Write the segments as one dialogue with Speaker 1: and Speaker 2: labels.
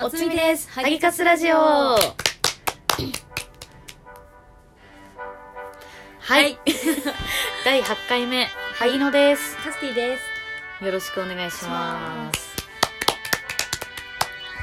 Speaker 1: おつみです
Speaker 2: ハギカスラジオは
Speaker 1: はい
Speaker 2: い。第8回目、ハギノです。
Speaker 1: カスティです
Speaker 2: よろしくお願いします。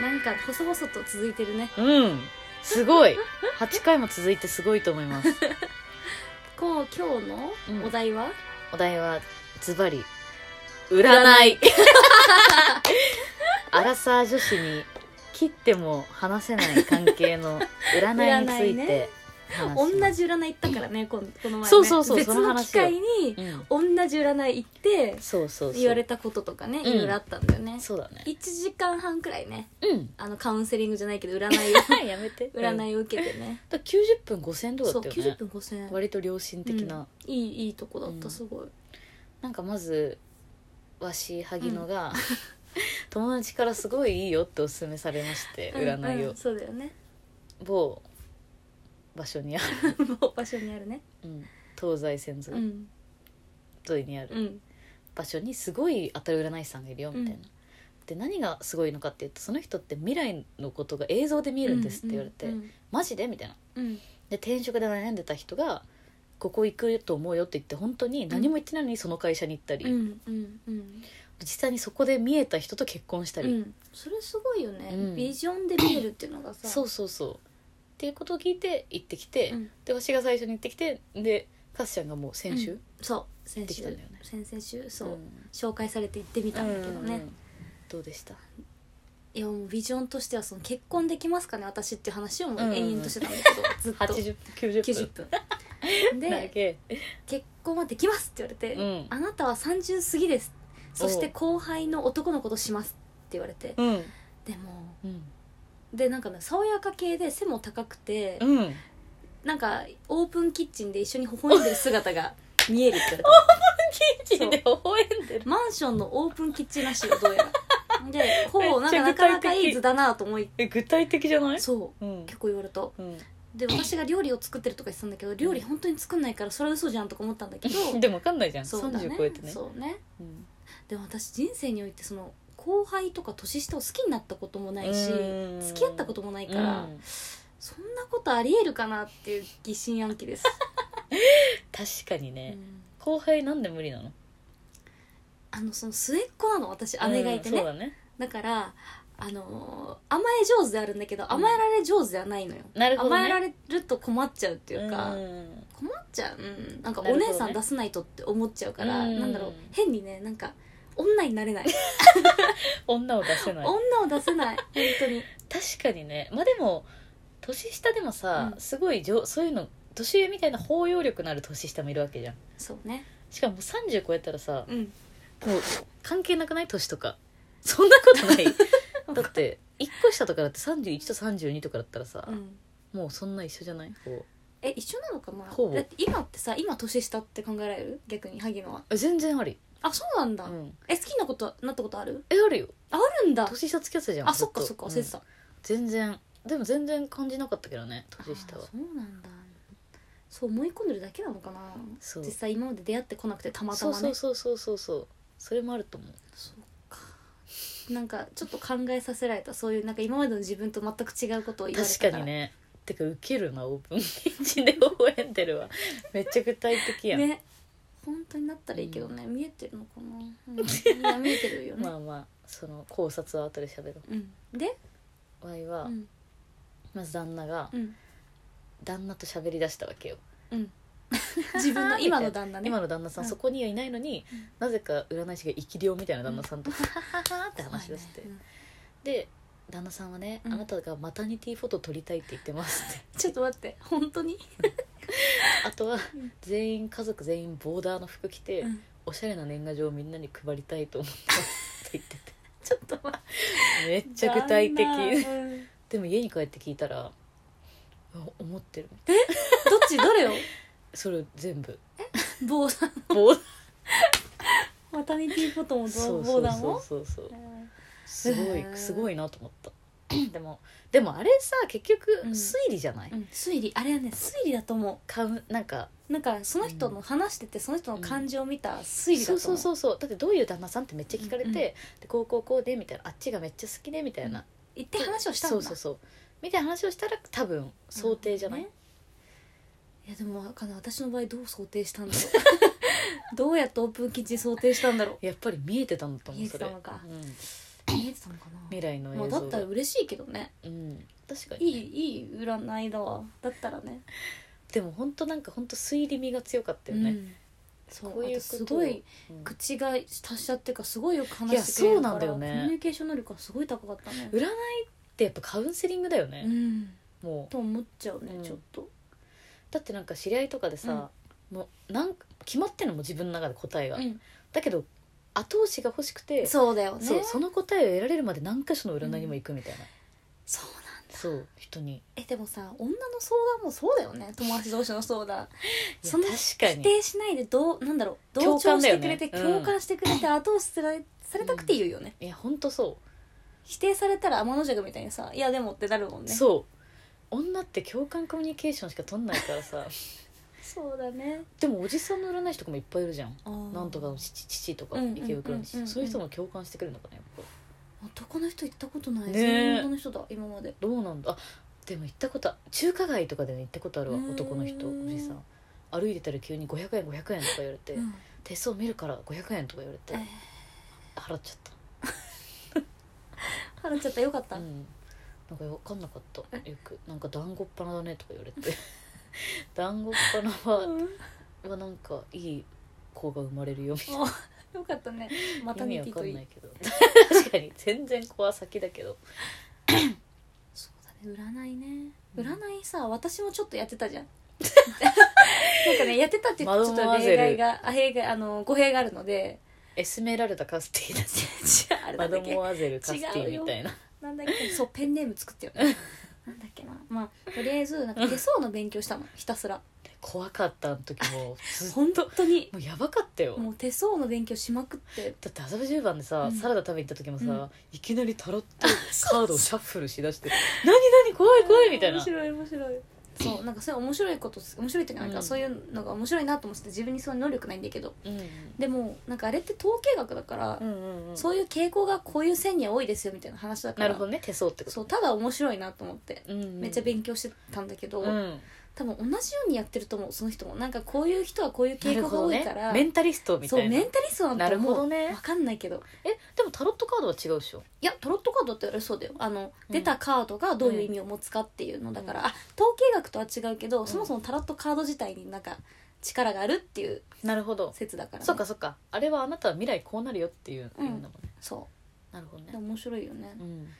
Speaker 1: なんか細々と続いてるね
Speaker 2: うん。すごい。8回も続いてすごいと思います。
Speaker 1: こう今
Speaker 2: う
Speaker 1: 日
Speaker 2: ん
Speaker 1: のお題は、
Speaker 2: お題は、ズバリ、占い。 アラサー女子に切っても話せない関係の占いについ
Speaker 1: 占い
Speaker 2: て
Speaker 1: ね
Speaker 2: 話し
Speaker 1: 同
Speaker 2: ます。
Speaker 1: じ占い行ったからねこのこの前ね
Speaker 2: そうそうそう
Speaker 1: 別
Speaker 2: その
Speaker 1: の
Speaker 2: 話を
Speaker 1: 機会に
Speaker 2: うん。
Speaker 1: 同じ占い行って
Speaker 2: そうそうそう。
Speaker 1: 言われたこととかね
Speaker 2: ん
Speaker 1: いろいろあったんだよね、
Speaker 2: そうだね。
Speaker 1: 1時間半くらいね
Speaker 2: うん。
Speaker 1: あのカウンセリングじゃないけど 占いを
Speaker 2: やめて。
Speaker 1: 占いを受けてね
Speaker 2: だ90分5000円とか
Speaker 1: そ
Speaker 2: だ
Speaker 1: う
Speaker 2: ったよね
Speaker 1: 90分5000円
Speaker 2: 割と良心的な、
Speaker 1: いいいいとこだった、
Speaker 2: うん
Speaker 1: すごい
Speaker 2: なんかまずわし萩野が、 友達からすごいいいよっておすすめされまして占いを、
Speaker 1: うんうんそうだよね
Speaker 2: 某場所にある、
Speaker 1: もう場所にあるね
Speaker 2: うん東西線
Speaker 1: う
Speaker 2: 沿
Speaker 1: ん
Speaker 2: いにあ
Speaker 1: う
Speaker 2: る
Speaker 1: ん
Speaker 2: 場所にすごい当たる占い師さんがいるよみたいな、
Speaker 1: うん
Speaker 2: で何がすごいのかっていうとその人って未来のことが映像で見えるんですって言われて、
Speaker 1: うん
Speaker 2: マジでみたいな
Speaker 1: うんうん
Speaker 2: で転職で悩んでた人がここ行くと思うよって言って本当に何も言ってないのにその会社に行ったり、
Speaker 1: うんうんうん
Speaker 2: 実際にそこで見えた人と結婚したり、
Speaker 1: うんそれすごいよね、
Speaker 2: うん
Speaker 1: ビジョンで見えるっていうのがさ
Speaker 2: そうそうそうっていうことを聞いて行ってきて、
Speaker 1: うん
Speaker 2: でわしが最初に行ってきてでカスちゃんがもう先週、
Speaker 1: うんそう先
Speaker 2: でき
Speaker 1: 週
Speaker 2: たんだよね
Speaker 1: 先々週そう、
Speaker 2: ん
Speaker 1: 紹介されて行ってみたんだけどね、
Speaker 2: うんどうでした
Speaker 1: いやもうビジョンとしてはその結婚できますかね私っていう話をもう延々としてたんだけど、ずっと
Speaker 2: 80 90
Speaker 1: 90
Speaker 2: 分
Speaker 1: 分
Speaker 2: だ
Speaker 1: で
Speaker 2: け
Speaker 1: 「結婚はできます」って言われて、
Speaker 2: うん
Speaker 1: あなたは30過ぎですそして
Speaker 2: お
Speaker 1: 後輩の男の子とします」って言われて
Speaker 2: うん
Speaker 1: でも
Speaker 2: うん
Speaker 1: でなんかね爽やか系で背も高くて、
Speaker 2: うん
Speaker 1: なんかオープンキッチンで一緒に微笑んでる 姿が見えるって言われた
Speaker 2: キッチンで微笑んでる
Speaker 1: マンションのオープンキッチンらしいよどうやらでほぼなん
Speaker 2: めっち
Speaker 1: か
Speaker 2: ゃ
Speaker 1: な
Speaker 2: 具体的
Speaker 1: かなかいい図だなと思い
Speaker 2: え具体的じゃない、
Speaker 1: そう
Speaker 2: ん
Speaker 1: う結構言われた
Speaker 2: うん
Speaker 1: で私が料理を作ってるとか言ってたんだけど料理本当に作んないからそれは嘘じゃんとか思ったんだけど
Speaker 2: でも分かんないじゃん、
Speaker 1: そうだね
Speaker 2: 30超えてね
Speaker 1: そうね
Speaker 2: うん
Speaker 1: でも私人生においてその後輩とか年下を好きになったこともないし
Speaker 2: うん
Speaker 1: 付き合ったこともないから、
Speaker 2: うん
Speaker 1: そんなことありえるかなっていう疑心暗鬼です、
Speaker 2: 確かにね、
Speaker 1: うん
Speaker 2: 後輩なんで無理なの
Speaker 1: あのその末っ子なの私姉がいてね、
Speaker 2: うんそうだね
Speaker 1: だからあのー甘え上手であるんだけど甘えられ上手ではないのよ、
Speaker 2: なるほどね
Speaker 1: 甘えられると困っちゃうっていうか、
Speaker 2: うん
Speaker 1: 困っちゃう、うん、なんか
Speaker 2: なる
Speaker 1: お
Speaker 2: ほどね
Speaker 1: 姉さん出さないとって思っちゃうから、
Speaker 2: うん
Speaker 1: なんだろう変にねなんか女になれない
Speaker 2: 女を出せない
Speaker 1: 女を出せない本当に
Speaker 2: 確かにねまあでも年下でもさ、
Speaker 1: うん
Speaker 2: すごいじょそういうの年上みたいな包容力のある年下もいるわけじゃん
Speaker 1: そうね
Speaker 2: しかももう30超えたらさ
Speaker 1: うん
Speaker 2: もう関係なくない年とかそんなこと ないだって1個下とかだって31と32とかだったらさ、
Speaker 1: うん
Speaker 2: もうそんな一緒じゃないこ
Speaker 1: え一緒なのかな
Speaker 2: ほぼ
Speaker 1: だって今ってさ今年下って考えられる逆に萩野は
Speaker 2: う全然あり、
Speaker 1: あそうなんだ、
Speaker 2: うん、
Speaker 1: え好きなことなったことある
Speaker 2: えあるよ
Speaker 1: ああるんだ
Speaker 2: 年下付き合ってたじゃん
Speaker 1: あ
Speaker 2: ず
Speaker 1: そ
Speaker 2: と
Speaker 1: っかそっか忘
Speaker 2: う
Speaker 1: れ
Speaker 2: ん
Speaker 1: てた、
Speaker 2: 全然でも全然感じなかったけどね年下は
Speaker 1: あーそうなんだそう思い込んでるだけなのかな
Speaker 2: そう
Speaker 1: 実際今まで出会ってこなくてたまた
Speaker 2: そ
Speaker 1: ま
Speaker 2: う
Speaker 1: ね
Speaker 2: そうそうそうそうそうそれもあると思う
Speaker 1: そうかなんかちょっと考えさせられたそういうなんか今までの自分と全く違うことを言われた
Speaker 2: 確
Speaker 1: から
Speaker 2: かにねてかウケるなオープンキッチンで微笑んでるわめっちゃ具体的やん、
Speaker 1: ね本当になったらいいけどね、見えてるのか な、うん、いや見えてるよね、
Speaker 2: まあまあその考察は後で喋ろ
Speaker 1: うん、で、
Speaker 2: うわいうは、
Speaker 1: ん
Speaker 2: まず旦那が、
Speaker 1: うん
Speaker 2: 旦那と喋り出したわけよ
Speaker 1: うん、自分の今の旦那ね
Speaker 2: 今の旦那さん、
Speaker 1: うん
Speaker 2: そこにはいないのに、
Speaker 1: うん
Speaker 2: なぜか占い師が生き量みたいな旦那さんと「ハハハハ」って話し出して、
Speaker 1: 怖いね
Speaker 2: で旦那さんはね、
Speaker 1: うん
Speaker 2: あなたがマタニティフォト撮りたいって言ってます」って
Speaker 1: うんちょっと待って本当に、
Speaker 2: あとは
Speaker 1: うん
Speaker 2: 全員家族全員ボーダーの服着て、
Speaker 1: うん
Speaker 2: おしゃれな年賀状をみんなに配りたいと思ってますって言ってて
Speaker 1: ちょっと待って
Speaker 2: めっちゃ具体的
Speaker 1: 旦那うん
Speaker 2: でも家に帰って聞いたら「あ思ってる
Speaker 1: どっちどれを」
Speaker 2: それ全部
Speaker 1: ボーダー
Speaker 2: ボー
Speaker 1: マタニティフォトも
Speaker 2: そ
Speaker 1: ボ
Speaker 2: う
Speaker 1: ボ
Speaker 2: そ
Speaker 1: ー
Speaker 2: う
Speaker 1: ダー
Speaker 2: そ
Speaker 1: も
Speaker 2: うそうそう
Speaker 1: うん
Speaker 2: すご
Speaker 1: へ
Speaker 2: い
Speaker 1: ー
Speaker 2: すごいなと思った でもでもあれさ結局
Speaker 1: うん
Speaker 2: 推理じゃない、
Speaker 1: うん推理あれはね推理だと思
Speaker 2: かんなんか
Speaker 1: うなんかその人の話しててその人の感情を見た推理だと
Speaker 2: そう
Speaker 1: 思
Speaker 2: そう
Speaker 1: う,、
Speaker 2: そうそうだってどういう旦那さんってめっちゃ聞かれて、
Speaker 1: うんうん
Speaker 2: でこうこうこうでみたいなあっちがめっちゃ好きでみたいな、
Speaker 1: 行って話をしたんだ
Speaker 2: そうそうそうみたいな話をしたら多分想定じゃない、
Speaker 1: ねいやでもわかんない私の場合どう想定したんだろうどうやってオープンキッチン想定したんだろ
Speaker 2: やっぱり見えてたのと思
Speaker 1: 見
Speaker 2: う
Speaker 1: え
Speaker 2: そ
Speaker 1: てた
Speaker 2: れ
Speaker 1: のか
Speaker 2: うん、
Speaker 1: う見えてたのかな
Speaker 2: 未来の映
Speaker 1: まあ
Speaker 2: 像
Speaker 1: だったら嬉しいけどね
Speaker 2: うん確か
Speaker 1: い
Speaker 2: に
Speaker 1: いいい占いだわだったらね
Speaker 2: でも本当なんか本当推理味が強かったよ
Speaker 1: う
Speaker 2: ね、
Speaker 1: んそう
Speaker 2: こういう
Speaker 1: あ
Speaker 2: こと
Speaker 1: とすごい
Speaker 2: うん
Speaker 1: 口が達者っていうかすごいよく話してくれるから
Speaker 2: いやそうなんだよね
Speaker 1: コミュニケーション能力がすごい高かったね
Speaker 2: 占いってやっぱカウンセリングだよ
Speaker 1: う
Speaker 2: ね、
Speaker 1: ん
Speaker 2: もう
Speaker 1: と思っちゃうね、
Speaker 2: うん
Speaker 1: ちょっと
Speaker 2: だってなんか知り合いとかでさ、もうなんか決まってんのも自分の中で答えが、だけど後押しが欲しくて
Speaker 1: そうだよね
Speaker 2: そうその答えを得られるまで何箇所の占いにも行くみたいな、
Speaker 1: そうなんだ
Speaker 2: そう人に
Speaker 1: えでもさ女の相談もそうだよね友達同士の相談
Speaker 2: いや
Speaker 1: そんな
Speaker 2: 確か
Speaker 1: 否
Speaker 2: に
Speaker 1: 定しないでどうなんだろう同
Speaker 2: 共
Speaker 1: 調
Speaker 2: 感
Speaker 1: し
Speaker 2: だよ
Speaker 1: て
Speaker 2: ね
Speaker 1: くれて
Speaker 2: うん
Speaker 1: 共感してくれて後押しされされたくて言うよね、
Speaker 2: いや本当そ
Speaker 1: 否定されたら天の弱みたいにさ「いやでも」ってなるもん
Speaker 2: う、
Speaker 1: ね
Speaker 2: そう女って共感コミュニケーションしか取んないから さ
Speaker 1: そうだね
Speaker 2: でもおじさんの占い師とかもいっぱいいるじゃんな
Speaker 1: なん
Speaker 2: とかの父父とか
Speaker 1: うんうんうんうん
Speaker 2: 池袋の父そういう人も共感してくれるのかなやっぱ
Speaker 1: 男の人行ったことない
Speaker 2: ね
Speaker 1: 全員女の人だ今まで
Speaker 2: どうなんだあでも行ったことあ中華街とかでね行ったことあるわ
Speaker 1: うん
Speaker 2: 男の人おじさん歩いてたら急に500円500円とか言われて
Speaker 1: うん
Speaker 2: 手相見るから500円とか言われて
Speaker 1: えー
Speaker 2: 払っちゃっ
Speaker 1: 払っちゃったよかったた
Speaker 2: うんなんか分かんなかったよくなんか団子っぱなだねとか言われて 団子っぱなは
Speaker 1: うん
Speaker 2: はなんかいい子が生まれるよみたいな
Speaker 1: お よかったねまた
Speaker 2: 意味
Speaker 1: 見
Speaker 2: わ
Speaker 1: て
Speaker 2: か
Speaker 1: とい
Speaker 2: ん
Speaker 1: い
Speaker 2: ないけど 確かに全然子は先だけど
Speaker 1: そうだね占いね
Speaker 2: うん
Speaker 1: 占いさ私もちょっとやってたじゃ んなんかねやってたって言ってちょ
Speaker 2: マ
Speaker 1: っ
Speaker 2: ドモ
Speaker 1: と
Speaker 2: アゼル
Speaker 1: 例外があ弊害あの語弊があるので
Speaker 2: エスメラルダ・カスティーナ
Speaker 1: 違うあれな
Speaker 2: マ
Speaker 1: んだ
Speaker 2: ド
Speaker 1: っけ
Speaker 2: モアゼル・カスティ
Speaker 1: 違う
Speaker 2: ー
Speaker 1: よ
Speaker 2: みたいな
Speaker 1: なんだっけそうペンネーム作ってよなんだっけなまあとりあえずなんか手相の勉強したのひたすら
Speaker 2: 怖かったの時もずっと
Speaker 1: 本当に
Speaker 2: もうやばかったよ
Speaker 1: もう手相の勉強しまくって
Speaker 2: だって麻布十番でさ、
Speaker 1: うん
Speaker 2: サラダ食べに行った時もさ、
Speaker 1: うん
Speaker 2: いきなりタロットカー ドをシャッフルしだして「何何怖い怖い」みたいな
Speaker 1: 面白い面白いそうなんかそういう面白いこと面白いっていうかなんか
Speaker 2: うん
Speaker 1: そういうのが面白いなと思ってて自分にそういう能力ないんだけど
Speaker 2: うん
Speaker 1: でもなんかあれって統計学だから、
Speaker 2: うんうん
Speaker 1: そういう傾向がこういう線には多いですよみたいな話だか
Speaker 2: な
Speaker 1: ら
Speaker 2: るほどね手相ってこと
Speaker 1: そうただ面白いなと思って、
Speaker 2: うんうん
Speaker 1: めっちゃ勉強してたんだけど、
Speaker 2: うん
Speaker 1: 多分同じようにやってると思うその人もなんかこういう人はこういう傾向が多い
Speaker 2: なる
Speaker 1: か
Speaker 2: ほどね
Speaker 1: ら、
Speaker 2: メンタリストみた
Speaker 1: そう
Speaker 2: いな
Speaker 1: メンタリストなんだ
Speaker 2: な
Speaker 1: と
Speaker 2: るほ
Speaker 1: 思
Speaker 2: ど
Speaker 1: う
Speaker 2: ね
Speaker 1: わかんないけど
Speaker 2: えでもタロットカードは違うでしょ
Speaker 1: いやタロットカードってあれそうだよあの、
Speaker 2: うん
Speaker 1: 出たカードがどういう意味を持つかっていうのだから、
Speaker 2: うん
Speaker 1: あ統計学とは違うけど、
Speaker 2: ん
Speaker 1: そもそもタロットカード自体になんか力があるっていう
Speaker 2: なるほど
Speaker 1: 説だから、ね、
Speaker 2: そっかそっかあれはあなたは未来こうなるよっていう
Speaker 1: うん
Speaker 2: 言うんだもんね、
Speaker 1: そ
Speaker 2: なるほど
Speaker 1: う
Speaker 2: ね
Speaker 1: で面白いよね、
Speaker 2: うん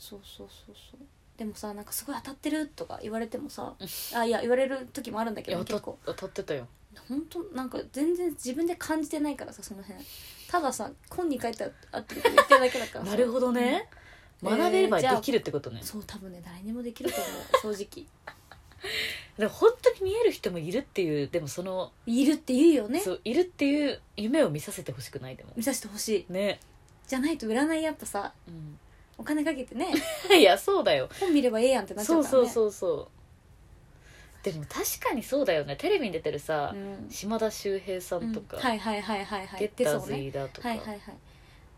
Speaker 1: そうそうそうそうでもさなんかすごい当たってるとか言われてもさあいや言われる時もあるんだ
Speaker 2: い
Speaker 1: け
Speaker 2: や
Speaker 1: ど
Speaker 2: 当
Speaker 1: 結
Speaker 2: た
Speaker 1: 構
Speaker 2: 当たってたよ
Speaker 1: 本当なんか全然自分で感じてないからさその辺たださ今に帰ったらあってるって言ってるだけだからさ
Speaker 2: なるほどね、学べれば
Speaker 1: えーじゃあ
Speaker 2: できるってことね、
Speaker 1: そう多分ね誰にもできると思う正直
Speaker 2: でも本当に見える人もいるっていうでもその、
Speaker 1: いるって言うよね
Speaker 2: そういるっていう夢を見させてほしくないでも
Speaker 1: 見させてほしい
Speaker 2: ね、
Speaker 1: じゃないと占いやっぱさ
Speaker 2: うん、
Speaker 1: お金かけてね
Speaker 2: いやそうだよ、
Speaker 1: 本見ればええやんってなっちゃ
Speaker 2: そうう
Speaker 1: から
Speaker 2: そ
Speaker 1: ね
Speaker 2: うそうそうでも確かにそうだよねテレビに出てるさ、
Speaker 1: うん
Speaker 2: 島田秀平さんとか、
Speaker 1: うんはいはいはいはいはい
Speaker 2: ゲッタ
Speaker 1: で
Speaker 2: ー
Speaker 1: そう
Speaker 2: ズ
Speaker 1: ね
Speaker 2: 飯田とか、
Speaker 1: はいはいはい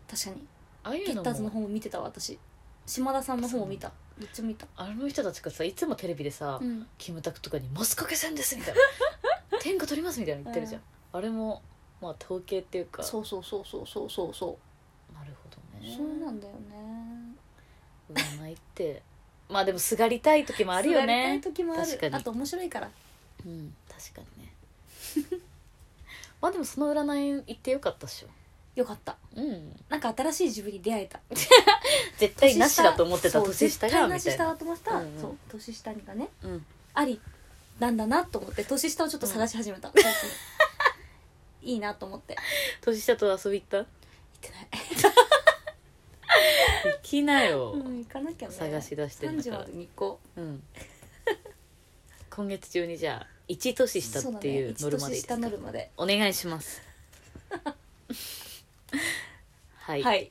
Speaker 1: 確かに
Speaker 2: ああい
Speaker 1: ゲ
Speaker 2: う
Speaker 1: ッ
Speaker 2: の
Speaker 1: ターズの
Speaker 2: も
Speaker 1: 方も見てたわ私島田さんの方も見たどっちも見た
Speaker 2: あの人たちがさいつもテレビでさ、
Speaker 1: うん
Speaker 2: キムタクとかに「マスかけ戦です」みたい な「天下取ります」みたいなの言ってるじゃん、あれもまあ統計っていうか
Speaker 1: そうそうそうそうそうそうそう
Speaker 2: なるほどね
Speaker 1: そうなんだよね
Speaker 2: 占いってまあでもすがりたい時もあるよね
Speaker 1: すがりたい時もあ
Speaker 2: 確か
Speaker 1: る
Speaker 2: に
Speaker 1: あと面白いから
Speaker 2: うん確かにね まあでもその占い行ってよかったっしょ
Speaker 1: よかった
Speaker 2: うん
Speaker 1: なんか新しい自分に出会えた
Speaker 2: 絶対なしだと思ってた
Speaker 1: そう
Speaker 2: 年下
Speaker 1: 絶
Speaker 2: が
Speaker 1: 対な
Speaker 2: み
Speaker 1: した
Speaker 2: い
Speaker 1: だ
Speaker 2: な
Speaker 1: と思ってた、
Speaker 2: うんうん
Speaker 1: そう年下にがね
Speaker 2: うん
Speaker 1: ありなんだなと思って年下をちょっと探し始めた、最近いいなと思って行
Speaker 2: 年下と遊び行った
Speaker 1: ってない
Speaker 2: 行きなよ、
Speaker 1: うん、行かなきゃね
Speaker 2: 探し出してん
Speaker 1: 3
Speaker 2: だ
Speaker 1: 時
Speaker 2: か
Speaker 1: ま
Speaker 2: ら
Speaker 1: でに行こう
Speaker 2: うん今月中にじゃあ1年下っていう
Speaker 1: そ
Speaker 2: ノル
Speaker 1: だね
Speaker 2: マでいいです
Speaker 1: 一年下
Speaker 2: か
Speaker 1: ノルマで
Speaker 2: お願いしますはい、
Speaker 1: はい、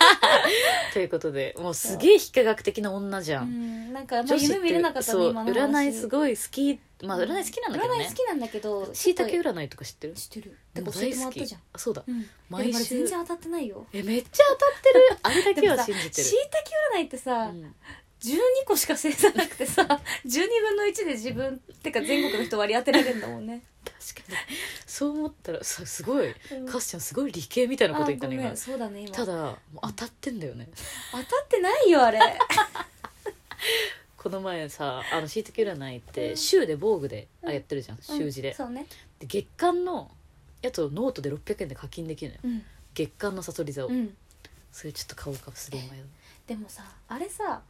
Speaker 2: ということでもうすげえ非科学的な女じゃ、
Speaker 1: うんん、なんかあんま
Speaker 2: 女子って
Speaker 1: 夢見れなかったね
Speaker 2: そう
Speaker 1: 今の
Speaker 2: 占
Speaker 1: 話
Speaker 2: いすごい好きまあ
Speaker 1: うん
Speaker 2: 占い好きなんだけど
Speaker 1: 占い
Speaker 2: ね
Speaker 1: 好きなんだけど
Speaker 2: しいたけ
Speaker 1: ちょっ
Speaker 2: 占いとか知ってる
Speaker 1: と知ってるだから教えてもらったじゃん
Speaker 2: もう大好きあそうだ
Speaker 1: うん、
Speaker 2: 毎
Speaker 1: 毎週全
Speaker 2: 週
Speaker 1: 然当たってないよ
Speaker 2: えめっちゃ 当たってるあれだけは信じて
Speaker 1: しい
Speaker 2: る
Speaker 1: たけ占いってさ、
Speaker 2: うん
Speaker 1: 12個しか星座なくてさ12分の1で自分ってか全国の人割り当てられるんだも んね
Speaker 2: 確かにそう思ったらさすごい
Speaker 1: うん
Speaker 2: カスちゃんすごい理系みたいなこと言った
Speaker 1: あ
Speaker 2: ね
Speaker 1: ごめ
Speaker 2: 今
Speaker 1: んそうだね今
Speaker 2: ただもう当たってんだよね
Speaker 1: 当たってないよ あれ
Speaker 2: この前さあのしいたけ占いっ
Speaker 1: う
Speaker 2: て
Speaker 1: ん
Speaker 2: 週で防具で
Speaker 1: う
Speaker 2: あ
Speaker 1: ん
Speaker 2: やってるじゃん週字
Speaker 1: う
Speaker 2: で
Speaker 1: んそうね
Speaker 2: で月間のやつをノートで600円で課金できるのよ
Speaker 1: うん、
Speaker 2: 月間のサソリ座を
Speaker 1: うん、
Speaker 2: それちょっと買おうかする前だ
Speaker 1: でもさあれさ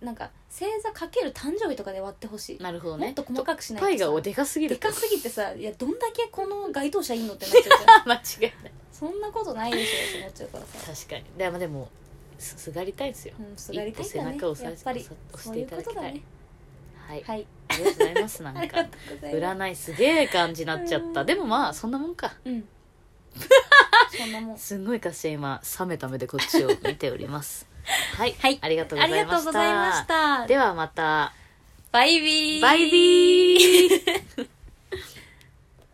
Speaker 1: なんか星座かける誕生日とかで割ってほしい、
Speaker 2: なるほど
Speaker 1: も
Speaker 2: ね
Speaker 1: っと細かくしない
Speaker 2: パイ
Speaker 1: さ
Speaker 2: がおでかすぎ
Speaker 1: で
Speaker 2: る
Speaker 1: かすぎてさいやどんだけこの該当者いいのってなっちゃうじゃ ん
Speaker 2: 間違いない
Speaker 1: そんなことないでしょって思っちゃうからさ
Speaker 2: 確かにでもでもすすがりたいんですよ
Speaker 1: うん、すがりたいんだ
Speaker 2: 一歩
Speaker 1: ね
Speaker 2: 背中を押さ
Speaker 1: やっぱり
Speaker 2: 押さ押し
Speaker 1: そう
Speaker 2: て
Speaker 1: い
Speaker 2: いうた
Speaker 1: こ
Speaker 2: だきたい
Speaker 1: とだね
Speaker 2: はい
Speaker 1: はい
Speaker 2: ありがとうございますな
Speaker 1: あ
Speaker 2: ん
Speaker 1: り
Speaker 2: か
Speaker 1: がとうございます
Speaker 2: 占いすげえ感じになっちゃったでもまあそんなもんか
Speaker 1: うん そんなもん
Speaker 2: すんごいかしら今冷めた目でこっちを見ており ますはい、
Speaker 1: はい
Speaker 2: ありがとうご
Speaker 1: あ
Speaker 2: ざ
Speaker 1: り
Speaker 2: いま
Speaker 1: がとう
Speaker 2: し
Speaker 1: ございま
Speaker 2: た
Speaker 1: した
Speaker 2: ではまた
Speaker 1: バイビー
Speaker 2: バイビー